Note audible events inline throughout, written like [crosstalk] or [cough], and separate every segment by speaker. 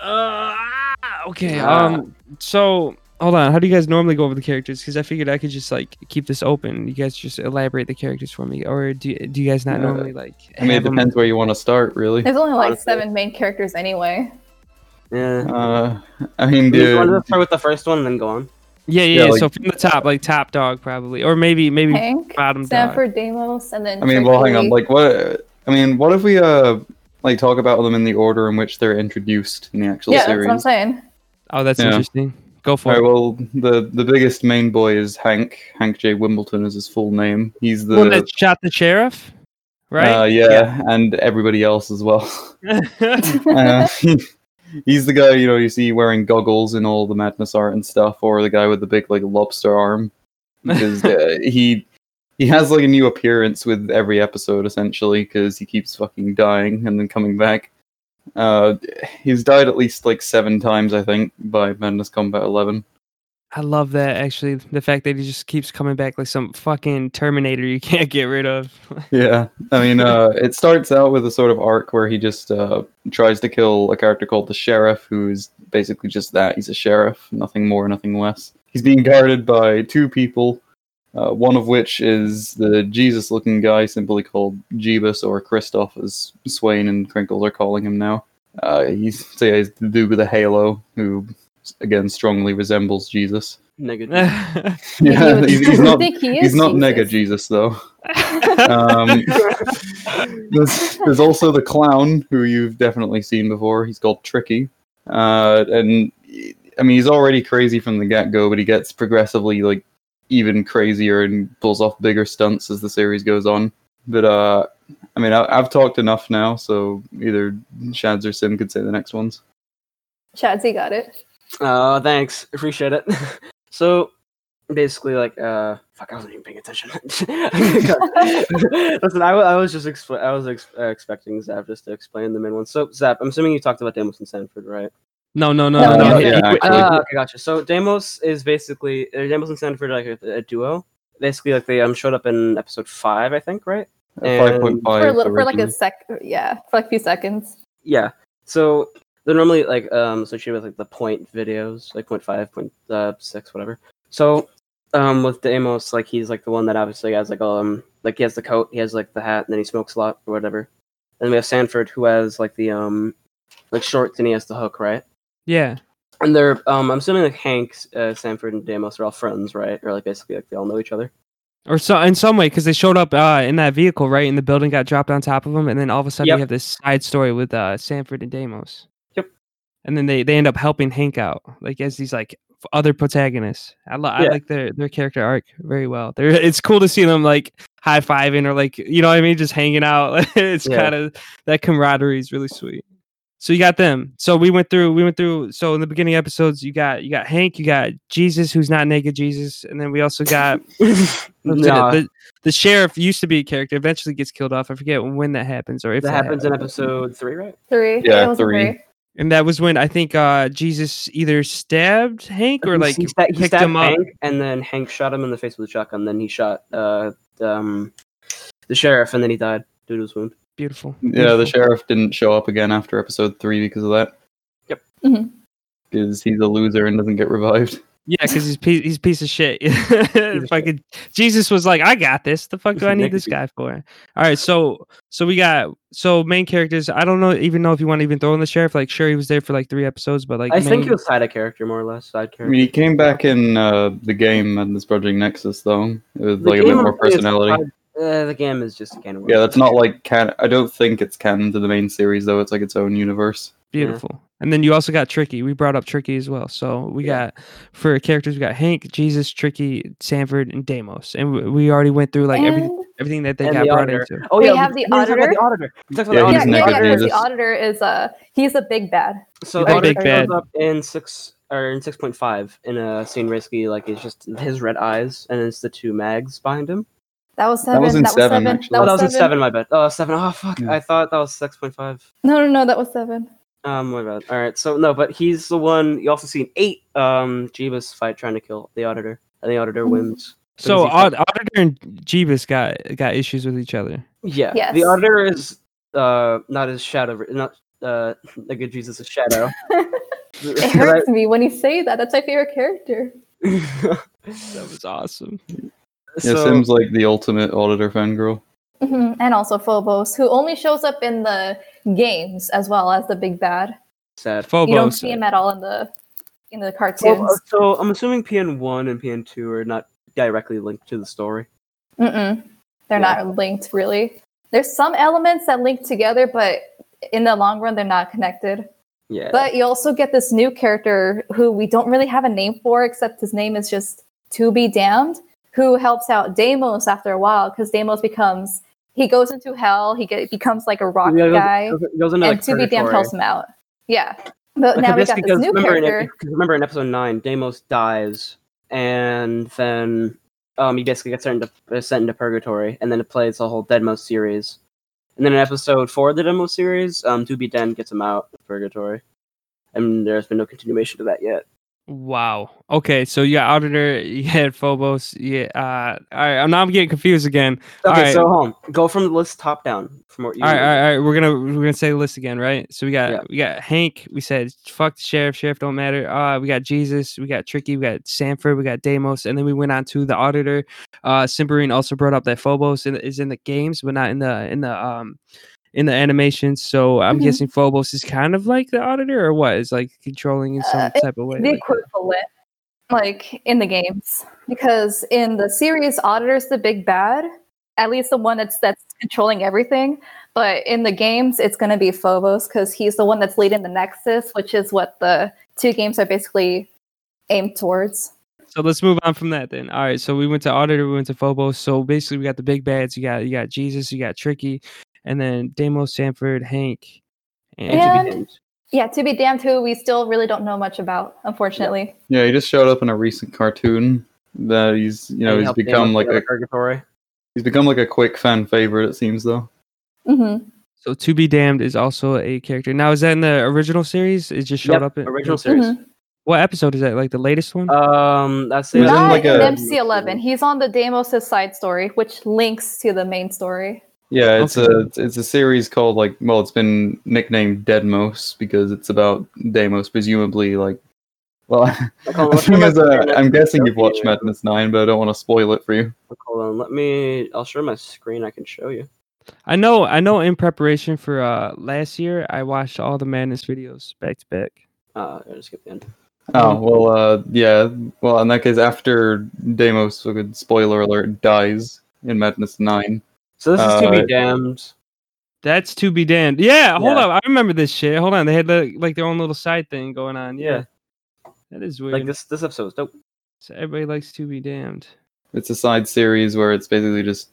Speaker 1: Uh, Okay. Um. So hold on. How do you guys normally go over the characters? Because I figured I could just like keep this open. You guys just elaborate the characters for me, or do do you guys not
Speaker 2: Yeah.
Speaker 1: normally like?
Speaker 2: I mean, it
Speaker 1: have 'em-
Speaker 2: depends where you want to start, really.
Speaker 3: There's only like
Speaker 4: Honestly.
Speaker 3: seven main characters anyway.
Speaker 4: Yeah.
Speaker 2: Uh, I mean,
Speaker 4: You want to
Speaker 2: dude,
Speaker 4: start with the first one, then go on.
Speaker 1: Yeah, yeah.
Speaker 2: yeah,
Speaker 1: yeah,
Speaker 2: like-
Speaker 1: so from the top, like top dog, probably, or maybe maybe
Speaker 3: Hank,
Speaker 1: bottom dog.
Speaker 3: Stanford Demos, and then
Speaker 2: I mean, well, hang on.
Speaker 3: Dracoli.
Speaker 2: Like, what? I mean, what if we uh, like, talk about them in the order in which they're introduced in the actual
Speaker 3: yeah, that's
Speaker 2: series?
Speaker 3: what I'm saying.
Speaker 1: Oh, that's
Speaker 2: Yeah.
Speaker 1: interesting. Go for
Speaker 2: All
Speaker 1: it.
Speaker 2: right. Well, the the biggest main boy is Hank. Hank J. Wimbledon is his full name. He's the
Speaker 1: One that shot the sheriff,
Speaker 2: Uh,
Speaker 1: right?
Speaker 2: yeah, and everybody else as well. [laughs]
Speaker 1: yeah.
Speaker 3: [laughs]
Speaker 2: Uh, [laughs] he's the guy you know you see wearing goggles in all the madness art and stuff, or the guy with the big like lobster arm because uh, he he has like a new appearance with every episode essentially because he keeps fucking dying and then coming back. Uh, he's died at least like seven times, I think, by Madness Combat Eleven.
Speaker 1: [laughs] I love that actually. The fact that he just keeps coming back like some fucking Terminator you can't get rid
Speaker 2: [laughs]
Speaker 1: of. [laughs]
Speaker 2: Yeah, I mean, uh, it starts out with a sort of arc where he just uh, tries to kill a character called the Sheriff, who's basically just that. He's a sheriff, nothing more, nothing less. He's being guarded by two people, uh, one of which is the Jesus looking guy, simply called Jeebus or Christoph, as Swain and Crinkles are calling him now. Uh, he's, so yeah, he's the dude with a halo, who, again, strongly resembles Jesus.
Speaker 4: Negative.
Speaker 1: Eh. yeah,
Speaker 3: Maybe he
Speaker 2: Yeah, [laughs]
Speaker 3: was-
Speaker 2: he's,
Speaker 3: you [laughs]
Speaker 2: he's not,
Speaker 3: think he is
Speaker 2: he's not
Speaker 3: Jesus.
Speaker 2: mega Jesus, though. Um, there's, there's also the clown who you've definitely seen before. He's called Tricky, uh, and I mean he's already crazy from the get go, but he gets progressively like even crazier and pulls off bigger stunts as the series goes on. But uh, I mean I, I've talked enough now, so either Shads or Sim could say the next ones.
Speaker 3: Chadsy got it.
Speaker 4: Uh, thanks. Appreciate it. [laughs] so, basically, like, uh, fuck, I wasn't even paying attention. [laughs] Listen, I, wa- I was just expl- I was ex- uh, expecting Zap just to explain the main one. So, Zap, I'm assuming you talked about Demos and Sanford, right?
Speaker 1: no, no, no, no,
Speaker 3: No,
Speaker 1: no.
Speaker 3: no,
Speaker 1: he-
Speaker 2: yeah,
Speaker 1: he-
Speaker 2: actually.
Speaker 1: uh,
Speaker 4: Ah, okay, gotcha. So, Demos is basically uh, Demos and Sanford are like a, a duo. Basically, like they um showed up in episode five, I think, right? And-
Speaker 2: Five point
Speaker 3: For, a
Speaker 2: five.
Speaker 3: little, for like a sec, yeah, for like a few seconds.
Speaker 4: Yeah. So they're normally like um associated with like the point videos, like point five, point uh, six, whatever. So um with Deimos, like he's like the one that obviously has like um like he has the coat, he has like the hat, and then he smokes a lot or whatever. Then we have Sanford who has like the um like shorts and he has the hook, right?
Speaker 1: yeah.
Speaker 4: And they're um I'm assuming like Hank, uh, Sanford, and Deimos are all friends, right? Or like basically like they all know each other.
Speaker 1: Or so in some way, because they showed up uh, in that vehicle, right? And the building got dropped on top of them, and then all of a sudden
Speaker 4: Yep.
Speaker 1: you have this side story with uh, Sanford and Damos.
Speaker 4: Yep.
Speaker 1: And then they, they end up helping Hank out, like as these like f- other protagonists. I, lo- I
Speaker 4: Yeah.
Speaker 1: like their their character arc very well. They're, [laughs] it's cool to see them like high fiving or like you know what I mean, just hanging out. [laughs] it's
Speaker 4: Yeah.
Speaker 1: kind of that camaraderie is really sweet. So you got them. So we went through. We went through. So in the beginning episodes, you got you got Hank, you got Jesus, who's not naked Jesus, and then we also got Legit,
Speaker 4: Nah.
Speaker 1: The, the sheriff used to be a character, eventually gets killed off. I forget when that happens or if
Speaker 4: that happens in
Speaker 1: happened.
Speaker 4: episode three, right?
Speaker 3: Three.
Speaker 2: Yeah,
Speaker 3: it was a
Speaker 2: three.
Speaker 1: And that was when I think uh, Jesus either stabbed Hank or
Speaker 4: He
Speaker 1: like
Speaker 4: s- he, sta- he
Speaker 1: picked
Speaker 4: stabbed
Speaker 1: him up.
Speaker 4: Hank, and then Hank shot him in the face with a shotgun. Then he shot uh, um, the sheriff, and then he died due to his wound.
Speaker 1: beautiful.
Speaker 2: Yeah, the
Speaker 1: beautiful.
Speaker 2: sheriff didn't show up again after episode three because of that.
Speaker 4: Yep.
Speaker 3: Mhm.
Speaker 2: Because he's a loser and doesn't get revived.
Speaker 1: Yeah, because he's pe- he's a piece of shit. [laughs]
Speaker 4: of shit.
Speaker 1: Fucking Jesus was like, I got this. The fuck do I need this
Speaker 4: Nigga.
Speaker 1: guy for? All right, so so we got so main characters. I don't know even know if you want to even throw in the sheriff. Like, sure, he was there for like three episodes, but like,
Speaker 4: I think
Speaker 1: main-
Speaker 4: he was side a character, more or less side
Speaker 2: I
Speaker 4: character.
Speaker 2: mean, he came back in uh, the game and this Project Nexus though with like a bit
Speaker 4: game
Speaker 2: more
Speaker 4: I'm saying is
Speaker 2: personality.
Speaker 4: side- uh, the game is just a can of
Speaker 2: Yeah,
Speaker 4: worms.
Speaker 2: that's not like can. I don't think it's canon to the main series though. It's like its own universe.
Speaker 1: Beautiful. And then you also got Tricky. We brought up Tricky as well. So we
Speaker 4: Yeah.
Speaker 1: got for characters we got Hank, Jesus, Tricky, Sanford, and Damos. And w- we already went through like everything
Speaker 3: And-
Speaker 1: everything that they
Speaker 4: and
Speaker 1: got
Speaker 4: the
Speaker 1: brought
Speaker 4: auditor.
Speaker 1: into.
Speaker 4: Oh
Speaker 3: We
Speaker 4: yeah,
Speaker 3: have the
Speaker 4: we talked about
Speaker 3: auditor.
Speaker 4: the auditor. We talked about
Speaker 2: Yeah,
Speaker 4: the
Speaker 2: he's
Speaker 3: yeah,
Speaker 4: auditor.
Speaker 3: yeah,
Speaker 2: naked
Speaker 3: yeah, 'cause the
Speaker 2: Jesus.
Speaker 3: auditor is uh he's a big bad.
Speaker 4: So
Speaker 1: He's
Speaker 4: the
Speaker 1: a big
Speaker 4: auditor shows
Speaker 1: bad.
Speaker 4: up in six or in six point five in a scene basically like it's just his red eyes and it's the two mags behind him.
Speaker 3: That was seven.
Speaker 2: That was in seven,
Speaker 3: seven.
Speaker 2: actually.
Speaker 3: That
Speaker 4: Oh,
Speaker 3: was
Speaker 4: that was in
Speaker 3: seven.
Speaker 4: seven. My bad. Oh, seven. Oh fuck!
Speaker 2: Yeah.
Speaker 4: I thought that was six point five.
Speaker 3: No, no, no, that
Speaker 2: [laughs]
Speaker 3: was seven.
Speaker 4: Um, my bad. All right, so no, but he's the one. You also seen eight um Jeebus fight trying to kill the auditor, and the auditor
Speaker 3: Mhm.
Speaker 4: wins.
Speaker 1: So
Speaker 4: Because he's
Speaker 1: Aud- Auditor and Jeebus got got issues with each other.
Speaker 4: Yeah,
Speaker 3: Yes.
Speaker 4: the auditor is uh not as shadow, not uh, like a Jesus' shadow.
Speaker 3: [laughs] It hurts me when you say that. That's my favorite character.
Speaker 1: That was awesome.
Speaker 2: Yeah,
Speaker 4: [laughs] so,
Speaker 2: Sim's like the ultimate auditor fangirl.
Speaker 3: Mhm, And also Phobos, who only shows up in the games as well as the big bad.
Speaker 4: sad.
Speaker 1: Phobos.
Speaker 3: You don't see him at all in the in the cartoons.
Speaker 4: Well, uh, so I'm assuming PN one and PN two are not directly linked to the story.
Speaker 3: Mm-mm. They're
Speaker 4: uh, Yeah.
Speaker 3: not linked really. There's some elements that link together, but in the long run, they're not connected.
Speaker 4: Yeah.
Speaker 3: But you also get this new character who we don't really have a name for, except his name is just To Be Damned, who helps out Deimos after a while because Deimos becomes he goes into hell, he get, becomes like a rock
Speaker 4: Yeah, it goes-
Speaker 3: guy,
Speaker 4: goes- goes into,
Speaker 3: and
Speaker 4: like,
Speaker 3: To Be Damned
Speaker 4: purgatory.
Speaker 3: helps him out. Yeah,
Speaker 4: Like,
Speaker 3: but now we
Speaker 4: that's
Speaker 3: got
Speaker 4: because
Speaker 3: this new
Speaker 4: remember
Speaker 3: character.
Speaker 4: In, if- 'cause remember in episode nine, Deimos dies, and then um, he basically gets sent into, uh, sent into purgatory, and then it plays the whole Deadmos series. And then in episode four of the Deadmos series, um, To Be Den gets him out of purgatory, and there's been no continuation to that yet.
Speaker 1: Wow. Okay, so you got Auditor, [laughs] you had Phobos, yeah. Uh, all right, I'm now I'm getting confused again. All
Speaker 4: Okay,
Speaker 1: right.
Speaker 4: so home go from the list top down from what you.
Speaker 1: All right, all right, all right. We're gonna we're gonna say the list again, right? So we got
Speaker 4: Yeah.
Speaker 1: we got Hank. We said fuck the sheriff. Sheriff don't matter. Uh, we got Jesus. We got Tricky. We got Sanford. We got Deimos, and then we went on to the auditor. Uh, Simperine also brought up that Phobos in, is in the games, but not in the in the um in the animations. So I'm
Speaker 4: Mm-hmm.
Speaker 3: Mhm.
Speaker 1: guessing Phobos is kind of like the auditor, or what? Is like controlling in some
Speaker 3: Uh,
Speaker 1: type of way.
Speaker 3: the
Speaker 1: like-
Speaker 3: equivalent, like in the games, because in the series, Auditor's the big bad, at least the one that's that's controlling everything. But in the games, it's going to be Phobos because he's the one that's leading the Nexus, which is what the two games are basically aimed towards.
Speaker 1: So let's move on from that then. All right. So we went to auditor, we went to Phobos. So basically we got the big bads. You got you got Jesus, you got Tricky, and then Damo Sanford, Hank, and
Speaker 3: Yeah.
Speaker 4: To Be Damned.
Speaker 3: Yeah, to be damned, who we still really don't know much about, unfortunately.
Speaker 2: Yeah, he just showed up in a recent cartoon that he's you
Speaker 4: And
Speaker 2: know he's
Speaker 4: help Deimos
Speaker 2: become
Speaker 4: get
Speaker 2: like
Speaker 4: out
Speaker 2: a
Speaker 4: of purgatory.
Speaker 2: he's become like a quick fan favorite. It seems though.
Speaker 3: Mm-hmm.
Speaker 1: so to be damned is also a character. Now is that in the original series? It just showed
Speaker 4: Yep,
Speaker 1: up in
Speaker 4: original
Speaker 3: Mm-hmm.
Speaker 4: series.
Speaker 1: What episode is that? Like the latest one?
Speaker 4: Um, that's
Speaker 2: He was in,
Speaker 3: Not
Speaker 2: like,
Speaker 3: in
Speaker 2: a-
Speaker 3: MC11. He's on the Deimos' side story, which links to the main story.
Speaker 2: Yeah, it's
Speaker 1: Okay.
Speaker 2: a it's- it's a series called like well, it's been nicknamed Deadmos because it's about Deimos, presumably like. Well, [laughs]
Speaker 4: Hold on,
Speaker 2: the
Speaker 4: let's
Speaker 2: thing
Speaker 4: go
Speaker 2: is,
Speaker 4: back
Speaker 2: uh,
Speaker 4: to Madness
Speaker 2: I'm
Speaker 4: and
Speaker 2: guessing you've
Speaker 4: Tokyo.
Speaker 2: watched Madness Nine, but I don't want to spoil it for you.
Speaker 4: Hold on, let me. I'll share my screen. I can show you.
Speaker 1: I know I know in preparation for uh last year I watched all the madness videos back to back.
Speaker 4: Uh, I just get the end.
Speaker 2: Oh well, uh, yeah. Well, in that case, after Deimos, a good spoiler alert, dies in Madness Nine.
Speaker 4: So this is to
Speaker 2: Uh,
Speaker 4: be damned.
Speaker 1: That's to be damned. Yeah, hold
Speaker 4: Yeah.
Speaker 1: up. I remember this shit. Hold on. They had the, like their own little side thing going on. Yeah.
Speaker 4: Yeah.
Speaker 1: That is weird.
Speaker 4: Like this, this episode was dope.
Speaker 1: So everybody likes to be damned.
Speaker 2: It's a side series where it's basically just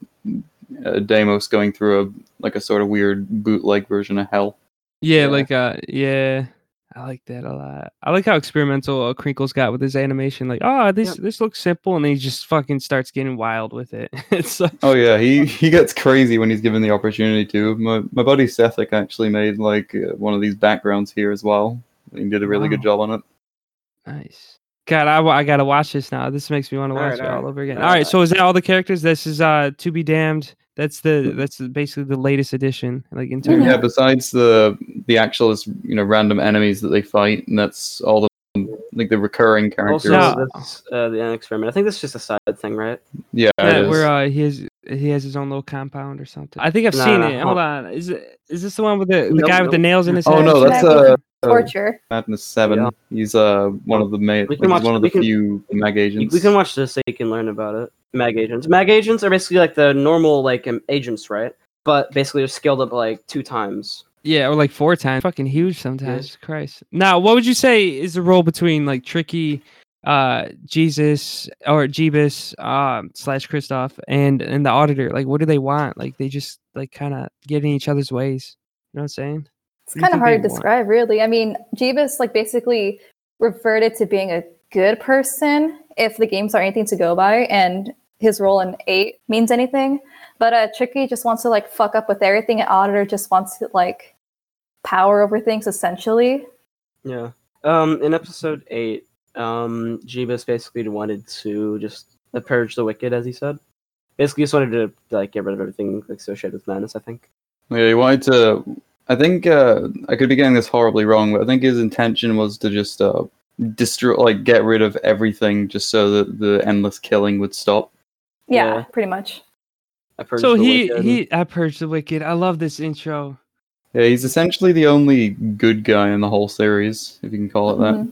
Speaker 2: uh, Deimos going through a like a sort of weird bootleg version of hell.
Speaker 1: Yeah,
Speaker 4: Yeah.
Speaker 1: like uh yeah. I like that a lot. I like how experimental uh, Crinkles got with his animation. Like, oh, this this looks simple, and then he just fucking starts getting wild with it. [laughs] it's like,
Speaker 2: Oh yeah, he he gets crazy when he's given the opportunity to. My my buddy Sethic actually made like uh, one of these backgrounds here as well. He did a really good
Speaker 1: Wow.
Speaker 2: job on it.
Speaker 1: nice. God, I, wa- I gotta watch this now. This makes me want to
Speaker 4: All
Speaker 1: watch it
Speaker 4: right, all
Speaker 1: all
Speaker 4: right,
Speaker 1: over again.
Speaker 4: all
Speaker 1: All right,
Speaker 4: right.
Speaker 1: so is that all the characters? This is uh to be damned. That's the that's the- basically the latest edition. Like in terms,
Speaker 3: Mhm.
Speaker 2: Yeah, besides the the actual just, you know random enemies that they fight, and that's all the like the recurring characters.
Speaker 4: Also,
Speaker 1: Yeah.
Speaker 4: that's uh, the end experiment. I think this is just a side thing, right?
Speaker 2: yeah, it
Speaker 1: yeah,
Speaker 2: is.
Speaker 1: where uh, he has he has his own little compound or something. I think I've
Speaker 4: No,
Speaker 1: seen
Speaker 4: no,
Speaker 1: it. Hold
Speaker 4: hold-
Speaker 1: on, is it is this the one with the, the
Speaker 4: Nope,
Speaker 1: guy with the
Speaker 4: nope.
Speaker 1: nails in his
Speaker 2: Oh
Speaker 1: head?
Speaker 2: no,
Speaker 3: Should
Speaker 2: that's
Speaker 3: I be
Speaker 2: uh, uh,
Speaker 3: Torture.
Speaker 2: Madness Seven.
Speaker 4: Yeah.
Speaker 2: He's uh one of the ma-
Speaker 4: can
Speaker 2: like, he's
Speaker 4: watch-
Speaker 2: one of
Speaker 4: we
Speaker 2: the
Speaker 4: can-
Speaker 2: few mag
Speaker 4: You,
Speaker 2: agents.
Speaker 4: we can watch this so you can learn about it. Mag agents. Mag agents are basically like the normal like um, agents, right? But basically they're scaled up like two times.
Speaker 1: Yeah, or like four times. Fucking huge sometimes. Christ. Now, what would you say is the role between like Tricky, uh, Jesus or Jeebus, um, slash Christoph and and the auditor? Like, what do they want? Like, they just like kind of get in each other's ways. You know what I'm saying? What
Speaker 3: It's
Speaker 1: do you
Speaker 3: kind
Speaker 1: think
Speaker 3: of
Speaker 1: they
Speaker 3: hard to
Speaker 1: want?
Speaker 3: describe, really. I mean, Jeebus like basically reverted to being a good person if the games are anything to go by, and his role in eight means anything. But uh, Tricky just wants to like fuck up with everything, and Auditor just wants to like power over things essentially.
Speaker 4: Yeah. Um, in episode eight, um, Jeebus basically wanted to just uh, purge the wicked, as he said. Basically, just wanted to like get rid of everything like, associated with madness. I think.
Speaker 2: Yeah, he wanted to I think uh, I could be getting this horribly wrong, but I think his intention was to just uh, destroy, like, get rid of everything, just so that the endless killing would stop.
Speaker 3: Yeah,
Speaker 4: Yeah.
Speaker 3: pretty much.
Speaker 4: I purged
Speaker 1: so
Speaker 4: the
Speaker 1: he
Speaker 4: wicked.
Speaker 1: he I purged the wicked. I love this intro.
Speaker 2: Yeah, he's essentially the only good guy in the whole series, if you can call it that.
Speaker 3: Mhm.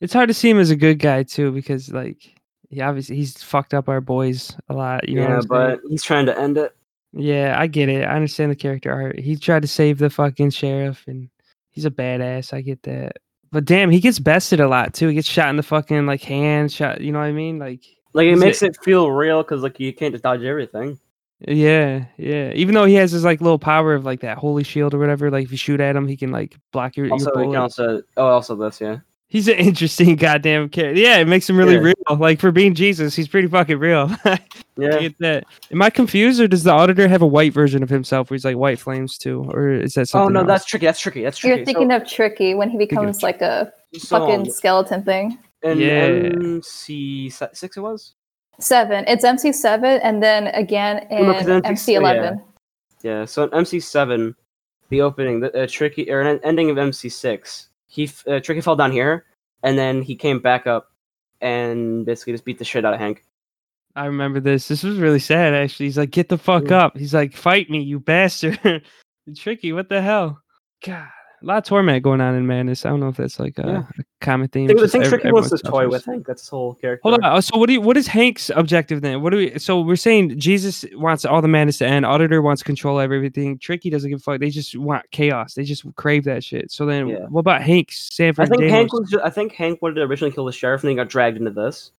Speaker 1: It's hard to see him as a good guy too because like he obviously he's fucked up our boys a lot. You know what
Speaker 4: yeah,
Speaker 1: I'm saying?
Speaker 4: but he's trying to end it.
Speaker 1: yeah, I get it. I understand the character art. He tried to save the fucking sheriff and he's a badass. I get that. But damn, he gets bested a lot too. He gets shot in the fucking like hand, shot. You know what I mean? Like
Speaker 4: Like it
Speaker 1: Is
Speaker 4: makes it feel real because like you can't just dodge everything.
Speaker 1: Yeah, yeah. Even though he has his like little power of like that holy shield or whatever, like if you shoot at him, he can like block your,
Speaker 4: Also,
Speaker 1: your
Speaker 4: we
Speaker 1: bullet.
Speaker 4: can also oh, also this, yeah.
Speaker 1: He's an [laughs] interesting goddamn character. Yeah, it makes him really
Speaker 2: Yeah.
Speaker 1: real. Like for being Jesus, he's pretty fucking real. [laughs] I
Speaker 4: Yeah, Oh,
Speaker 1: get that. Am I confused, or does the auditor have a white version of himself where he's like white flames too, or is that
Speaker 4: Oh
Speaker 1: something?
Speaker 4: no,
Speaker 1: else?
Speaker 4: that's tricky. That's tricky. That's tricky.
Speaker 3: You're thinking of Tricky when he
Speaker 1: of
Speaker 3: becomes like a
Speaker 4: so, um,
Speaker 3: fucking skeleton thing.
Speaker 4: in
Speaker 1: Yeah.
Speaker 4: MC si- six it was.
Speaker 3: Seven. It's MC seven, and then again
Speaker 4: Well,
Speaker 3: in
Speaker 4: no, 'cause MC
Speaker 3: MC eleven.
Speaker 4: Yeah, so in MC seven, the opening, the uh, tricky or an ending of MC six, he f- uh, tricky fell down here, and then he came back up, and basically just beat the shit out of Hank.
Speaker 1: I remember this. This was really sad actually. He's like, "Get the fuck
Speaker 4: Yeah.
Speaker 1: up!" He's like, "Fight me, you bastard!" [laughs] Tricky. What the hell? God, a lot of torment going on in Madness. I don't know if that's like a,
Speaker 4: Yeah.
Speaker 1: a common theme.
Speaker 4: I think, I
Speaker 1: just
Speaker 4: think
Speaker 1: ev-
Speaker 4: Tricky wants to
Speaker 1: everyone
Speaker 4: toy
Speaker 1: suffers.
Speaker 4: with Hank. That's his whole character.
Speaker 1: Hold on. uh, So what do you, what is Hank's objective then? What do we so we're saying Jesus wants all the madness to end, auditor wants control of everything, tricky doesn't give a fuck. They just want chaos. They just crave that shit. So then
Speaker 4: Yeah.
Speaker 1: what about Hank's
Speaker 4: I
Speaker 1: Sanford?
Speaker 4: think
Speaker 1: Daniels?
Speaker 4: Hank was. Just, I think Hank wanted to originally kill the sheriff, and then he got dragged into this.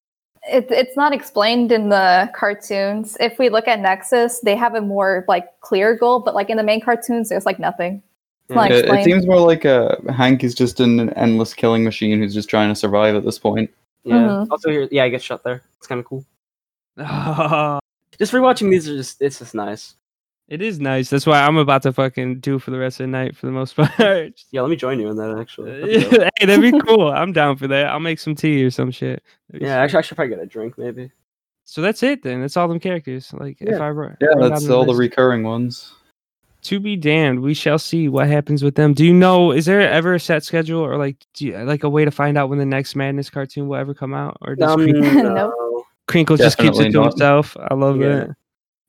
Speaker 3: It, it's not explained in the cartoons. If we look at Nexus, they have a more like clear goal, but like in the main cartoons, there's like nothing.
Speaker 4: Yeah.
Speaker 3: Like-
Speaker 2: It, it
Speaker 3: Explain.
Speaker 2: seems more like uh, Hank is just an, an endless killing machine who's just trying to survive at this point.
Speaker 4: yeah.
Speaker 3: Mhm.
Speaker 4: Also, here, yeah, I get shot there. It's kind of cool.
Speaker 1: Oh,
Speaker 4: Just rewatching these are just. It's just nice.
Speaker 1: [laughs] it is nice. That's why I'm about to fucking do for the rest of the night for the most [laughs] part.
Speaker 4: Yeah, let me join you in that actually. That'd be dope.
Speaker 1: [laughs] hey, that'd be cool. I'm down for that. I'll make some tea or some shit. That'd be
Speaker 4: yeah,
Speaker 1: sick.
Speaker 4: actually, I should probably get a drink maybe.
Speaker 1: So that's it then. That's all them characters. Like if I wrote,
Speaker 2: Yeah,
Speaker 1: wrote down
Speaker 2: that's all the
Speaker 1: list.
Speaker 2: recurring ones.
Speaker 1: to be damned. We shall see what happens with them. Do you know? Is there ever a set schedule or like do you, like a way to find out when the next Madness cartoon will ever come out? Or does
Speaker 4: Um,
Speaker 1: Crink-
Speaker 4: [laughs] no.
Speaker 1: Crinkle just keeps it
Speaker 2: Definitely
Speaker 1: to
Speaker 2: not.
Speaker 1: himself? I love
Speaker 4: Yeah.
Speaker 1: that.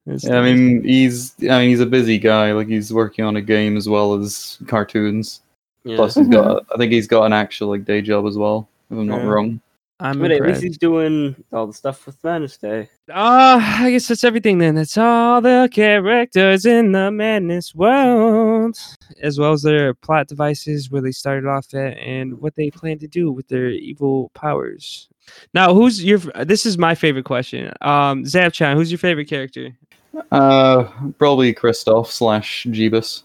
Speaker 1: It's
Speaker 2: Yeah, I mean, he's I mean he's a busy guy. Like he's working on a game as well as cartoons.
Speaker 4: Yeah.
Speaker 2: Plus, he's got I think he's got an actual like day job as well. If I'm not
Speaker 4: Yeah.
Speaker 2: wrong.
Speaker 1: I'm
Speaker 4: But at
Speaker 1: impressed.
Speaker 4: least he's doing all the stuff with Madness Day.
Speaker 1: Uh, I guess that's everything then. That's all the characters in the Madness world, as well as their plot devices, where they started off at, and what they plan to do with their evil powers. Now, who's your? f- This is my favorite question. Um, Zapchan, who's your favorite character?
Speaker 2: Uh, probably Kristoff slash Jeebus.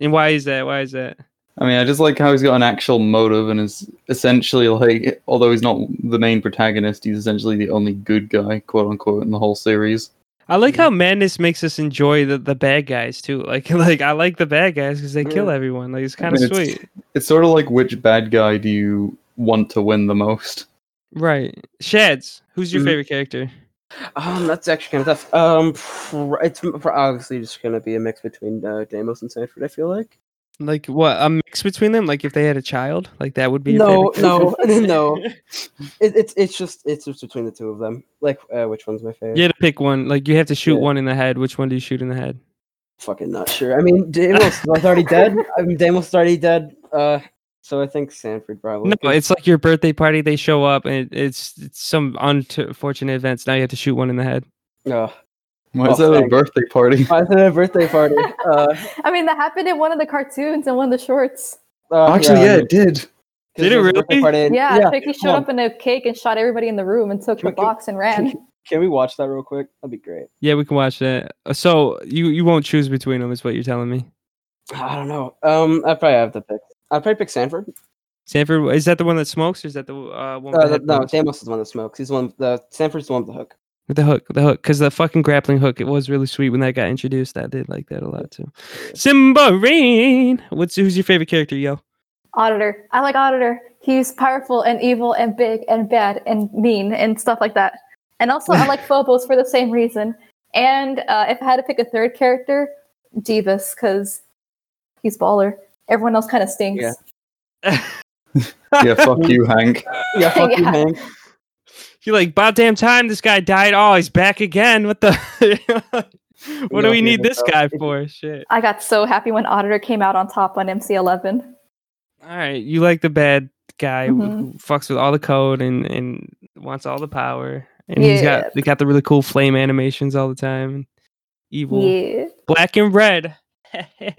Speaker 1: And why is that? Why is that?
Speaker 2: I mean, I just like how he's got an actual motive and is essentially like, although he's not the main protagonist, he's essentially the only good guy, quote unquote, in the whole series.
Speaker 1: I like
Speaker 2: Mm-hmm.
Speaker 1: how madness makes us enjoy the, the bad guys too. [laughs] Like like I like the bad guys because they kill
Speaker 4: Yeah.
Speaker 1: everyone. Like it's
Speaker 2: Mm. I
Speaker 1: kind of
Speaker 2: mean, it's-
Speaker 1: sweet,
Speaker 2: It's sort of like which bad guy do you want to win the most?
Speaker 1: right? Shads, who's
Speaker 2: Mm-hmm.
Speaker 1: your
Speaker 4: Mhm.
Speaker 1: favorite character?
Speaker 4: Um, that's actually kind of tough. Um, pr- it's m- pr- obviously just gonna be a mix between uh, Damos and Sanford. I feel like.
Speaker 1: Like what a mix between them. Like if they had a child, like that would be your
Speaker 4: No, [laughs]
Speaker 1: favorite character?
Speaker 4: no, no. It, it's it's just it's just between the two of them. Like, uh, which one's my favorite?
Speaker 1: you had to pick one. Like you have to shoot
Speaker 4: Yeah.
Speaker 1: one in the head. Which one do you shoot in the head?
Speaker 4: Fucking not sure. I mean, Damos
Speaker 2: [laughs]
Speaker 4: was already dead. I mean, Damos is already dead. Uh, so I think Sanford probably.
Speaker 1: No, it's like your birthday party. They show up and it's, it's some unfortunate events. Now you have to shoot one in the head.
Speaker 4: no.
Speaker 2: Why is
Speaker 4: Oh,
Speaker 2: that a
Speaker 4: thanks.
Speaker 2: birthday
Speaker 1: [laughs]
Speaker 2: party?
Speaker 4: I said a birthday
Speaker 3: [laughs]
Speaker 4: party. Uh,
Speaker 3: I mean, that happened in one of the cartoons and one of the shorts.
Speaker 4: uh,
Speaker 2: Actually, yeah,
Speaker 4: I
Speaker 1: [laughs]
Speaker 2: it did.
Speaker 4: mean,
Speaker 1: Did
Speaker 4: 'cause
Speaker 1: it
Speaker 4: was a birthday
Speaker 1: really?
Speaker 4: party and-
Speaker 3: Yeah, Tricky showed
Speaker 4: on.
Speaker 3: up in a cake and shot everybody in the room and took
Speaker 4: Can
Speaker 3: the
Speaker 4: we- can-
Speaker 3: box and ran.
Speaker 4: Can we watch that real quick? That'd be great.
Speaker 1: Yeah, we can watch that. Uh, So you you won't choose between them, is what you're telling me.
Speaker 4: I don't know. Um, I probably have to pick. I'd probably pick Sanford.
Speaker 1: Sanford is that the one that smokes, or is that the uh, one with
Speaker 4: Uh,
Speaker 1: the,
Speaker 4: the, no,
Speaker 1: headphones?
Speaker 4: Damos is the one that smokes. He's the one. The Sanford's the one with the hook.
Speaker 1: With the hook? The hook, because the fucking grappling hook. It was really sweet when that got introduced. I did like that a lot too. Simbarine, what's who's your favorite character, yo? [laughs]
Speaker 3: Auditor. I like Auditor. He's powerful and evil and big and bad and mean and stuff like that. And
Speaker 4: [laughs]
Speaker 3: also, I like Phobos for the same reason. And uh, if I had to pick a third character, Jeebus, because He's baller. Everyone else kind of stinks.
Speaker 4: Yeah.
Speaker 2: Yeah, fuck you, Hank.
Speaker 3: [laughs]
Speaker 4: Yeah, fuck you,
Speaker 3: Yeah.
Speaker 4: Hank.
Speaker 1: You're like, about damn time this guy died. Oh, he's back again. What the? [laughs] what do
Speaker 4: No,
Speaker 1: we need
Speaker 4: no,
Speaker 1: this
Speaker 4: no.
Speaker 1: guy for? Shit.
Speaker 3: I got so happy when Auditor came out on top on MC11.
Speaker 1: All right, you like the bad guy who
Speaker 3: Mhm.
Speaker 1: fucks with all the code and and wants all the power, and he's
Speaker 3: Yeah.
Speaker 1: got they got the really cool flame animations all the time. Evil,
Speaker 3: Yeah.
Speaker 1: black and red. [laughs]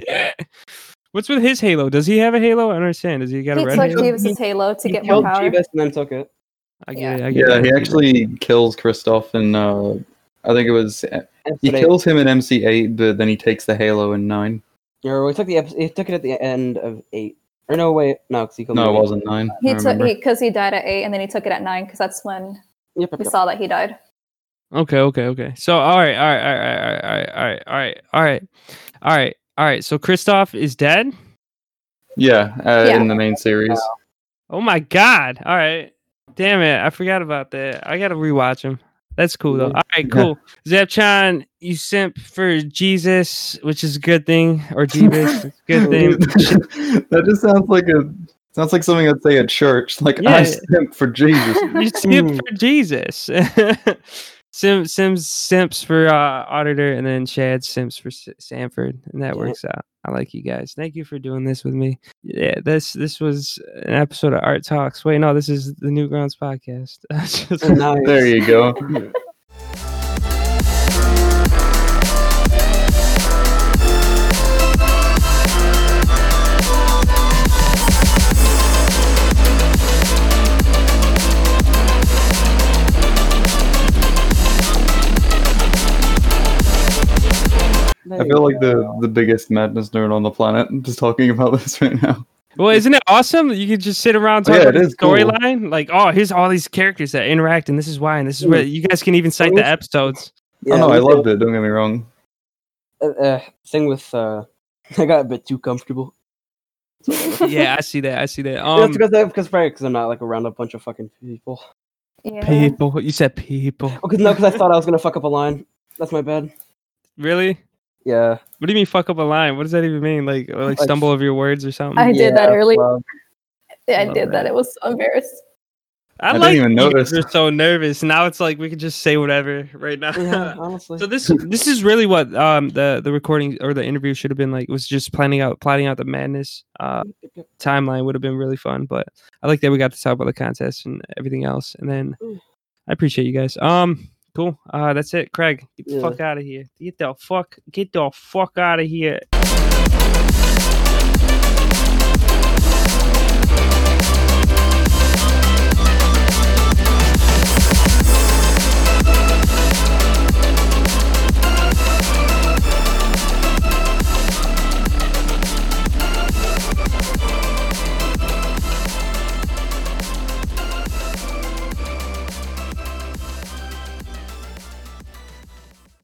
Speaker 1: What's with his halo? Does he have a halo? I don't understand. Does he got
Speaker 3: He
Speaker 1: a red
Speaker 3: took
Speaker 1: halo?
Speaker 3: Jeeves' halo to
Speaker 4: He
Speaker 3: get more
Speaker 4: killed
Speaker 3: power.
Speaker 4: Jeebus and then took it.
Speaker 1: I get it. I get
Speaker 2: Yeah,
Speaker 1: it.
Speaker 2: he actually kills Kristoff and uh, I think it was uh,
Speaker 4: And
Speaker 2: he
Speaker 4: today-
Speaker 2: kills him in MC8, but then he takes the Halo in nine.
Speaker 4: Or we took the episode, he took it at the end of eight. Or no, wait, no, because he killed
Speaker 2: No, it
Speaker 4: me.
Speaker 2: wasn't nine. I
Speaker 3: He took
Speaker 2: remember.
Speaker 3: because he, died at eight, and then he took it at nine because that's when
Speaker 4: Yep, yep,
Speaker 3: we
Speaker 4: yep.
Speaker 3: saw that he died.
Speaker 1: Okay, okay, okay. So all right, all right, all right, all right, all right, all right, all right, all right, all right. So Kristoff is dead.
Speaker 2: Yeah, uh,
Speaker 3: Yeah.
Speaker 2: in the main series.
Speaker 1: Oh my god! All right, damn it, I forgot about that. I gotta rewatch him. That's cool though.
Speaker 4: Yeah.
Speaker 1: All right, cool. Zepchan, you simp for Jesus, which is a good thing, or Jeebus, it's a [laughs]
Speaker 4: [laughs]
Speaker 1: good thing.
Speaker 2: [laughs] that just sounds like a sounds like something I'd say at church. Like
Speaker 1: Yeah.
Speaker 2: I simp for Jesus.
Speaker 1: You
Speaker 2: Hmm.
Speaker 1: simp for Jesus. [laughs] Sim, Sims simps for uh, auditor, and then Shad simps for S- Sanford, and that
Speaker 4: Yeah.
Speaker 1: works out. I like you guys. Thank you for doing this with me. Yeah, this this was an episode of Art Talks. Wait, no, this is the Newgrounds podcast. [laughs] I was
Speaker 2: [laughs]
Speaker 1: just-
Speaker 4: Nice.
Speaker 2: there you go.
Speaker 1: [laughs]
Speaker 4: There
Speaker 2: I
Speaker 4: you
Speaker 2: feel like
Speaker 4: go.
Speaker 2: the the biggest madness nerd on the planet just talking about [laughs] this right now.
Speaker 1: Well, isn't it awesome? that You could just sit around
Speaker 2: Oh,
Speaker 1: talking
Speaker 2: yeah,
Speaker 1: about
Speaker 2: it
Speaker 1: the
Speaker 2: is cool.
Speaker 1: storyline. Like, oh, here's all these characters that interact, and this is why, and this is where you guys can even cite the
Speaker 4: Mhm.
Speaker 1: episodes.
Speaker 2: oh
Speaker 4: Yeah,
Speaker 2: no, I
Speaker 4: we-
Speaker 2: loved it. Don't get me wrong.
Speaker 4: uh, uh, thing with uh, [laughs] I got a bit too comfortable.
Speaker 1: [laughs] yeah, I see that. I see
Speaker 2: [laughs]
Speaker 1: that.
Speaker 4: [laughs] That's
Speaker 1: Um,
Speaker 4: because I, because probably because I'm not like around a bunch of fucking people. [laughs]
Speaker 3: Yeah.
Speaker 1: people. You said
Speaker 2: [laughs]
Speaker 1: people.
Speaker 4: Oh, cause no, because I thought I was gonna fuck up a line. That's my bad.
Speaker 1: Really?
Speaker 4: Yeah,
Speaker 1: What do you mean fuck up a line? What does that even mean? Like, or like
Speaker 4: Like-
Speaker 1: stumble over your words or something?
Speaker 3: I
Speaker 1: I,
Speaker 3: did that
Speaker 4: Yeah,
Speaker 3: earlier.
Speaker 4: well,
Speaker 3: Yeah, I
Speaker 1: love
Speaker 3: did
Speaker 1: that.
Speaker 3: that. It was so embarrassed.
Speaker 2: didn't
Speaker 1: like
Speaker 2: even
Speaker 1: you guys
Speaker 2: notice.
Speaker 1: We're so nervous. Now it's like we can just say whatever right now. [laughs]
Speaker 4: yeah, honestly.
Speaker 1: So this this is really what um the the recording or the interview should have been like. Was just planning out plotting out the madness uh timeline would have been really fun. But I like that we got to talk about the contest and everything else. And then
Speaker 4: Mm.
Speaker 1: I appreciate you guys. Um, cool. Uh, that's it, Craig. Get the
Speaker 4: Yeah.
Speaker 1: fuck out of here. Get the fuck. Get the fuck out of here.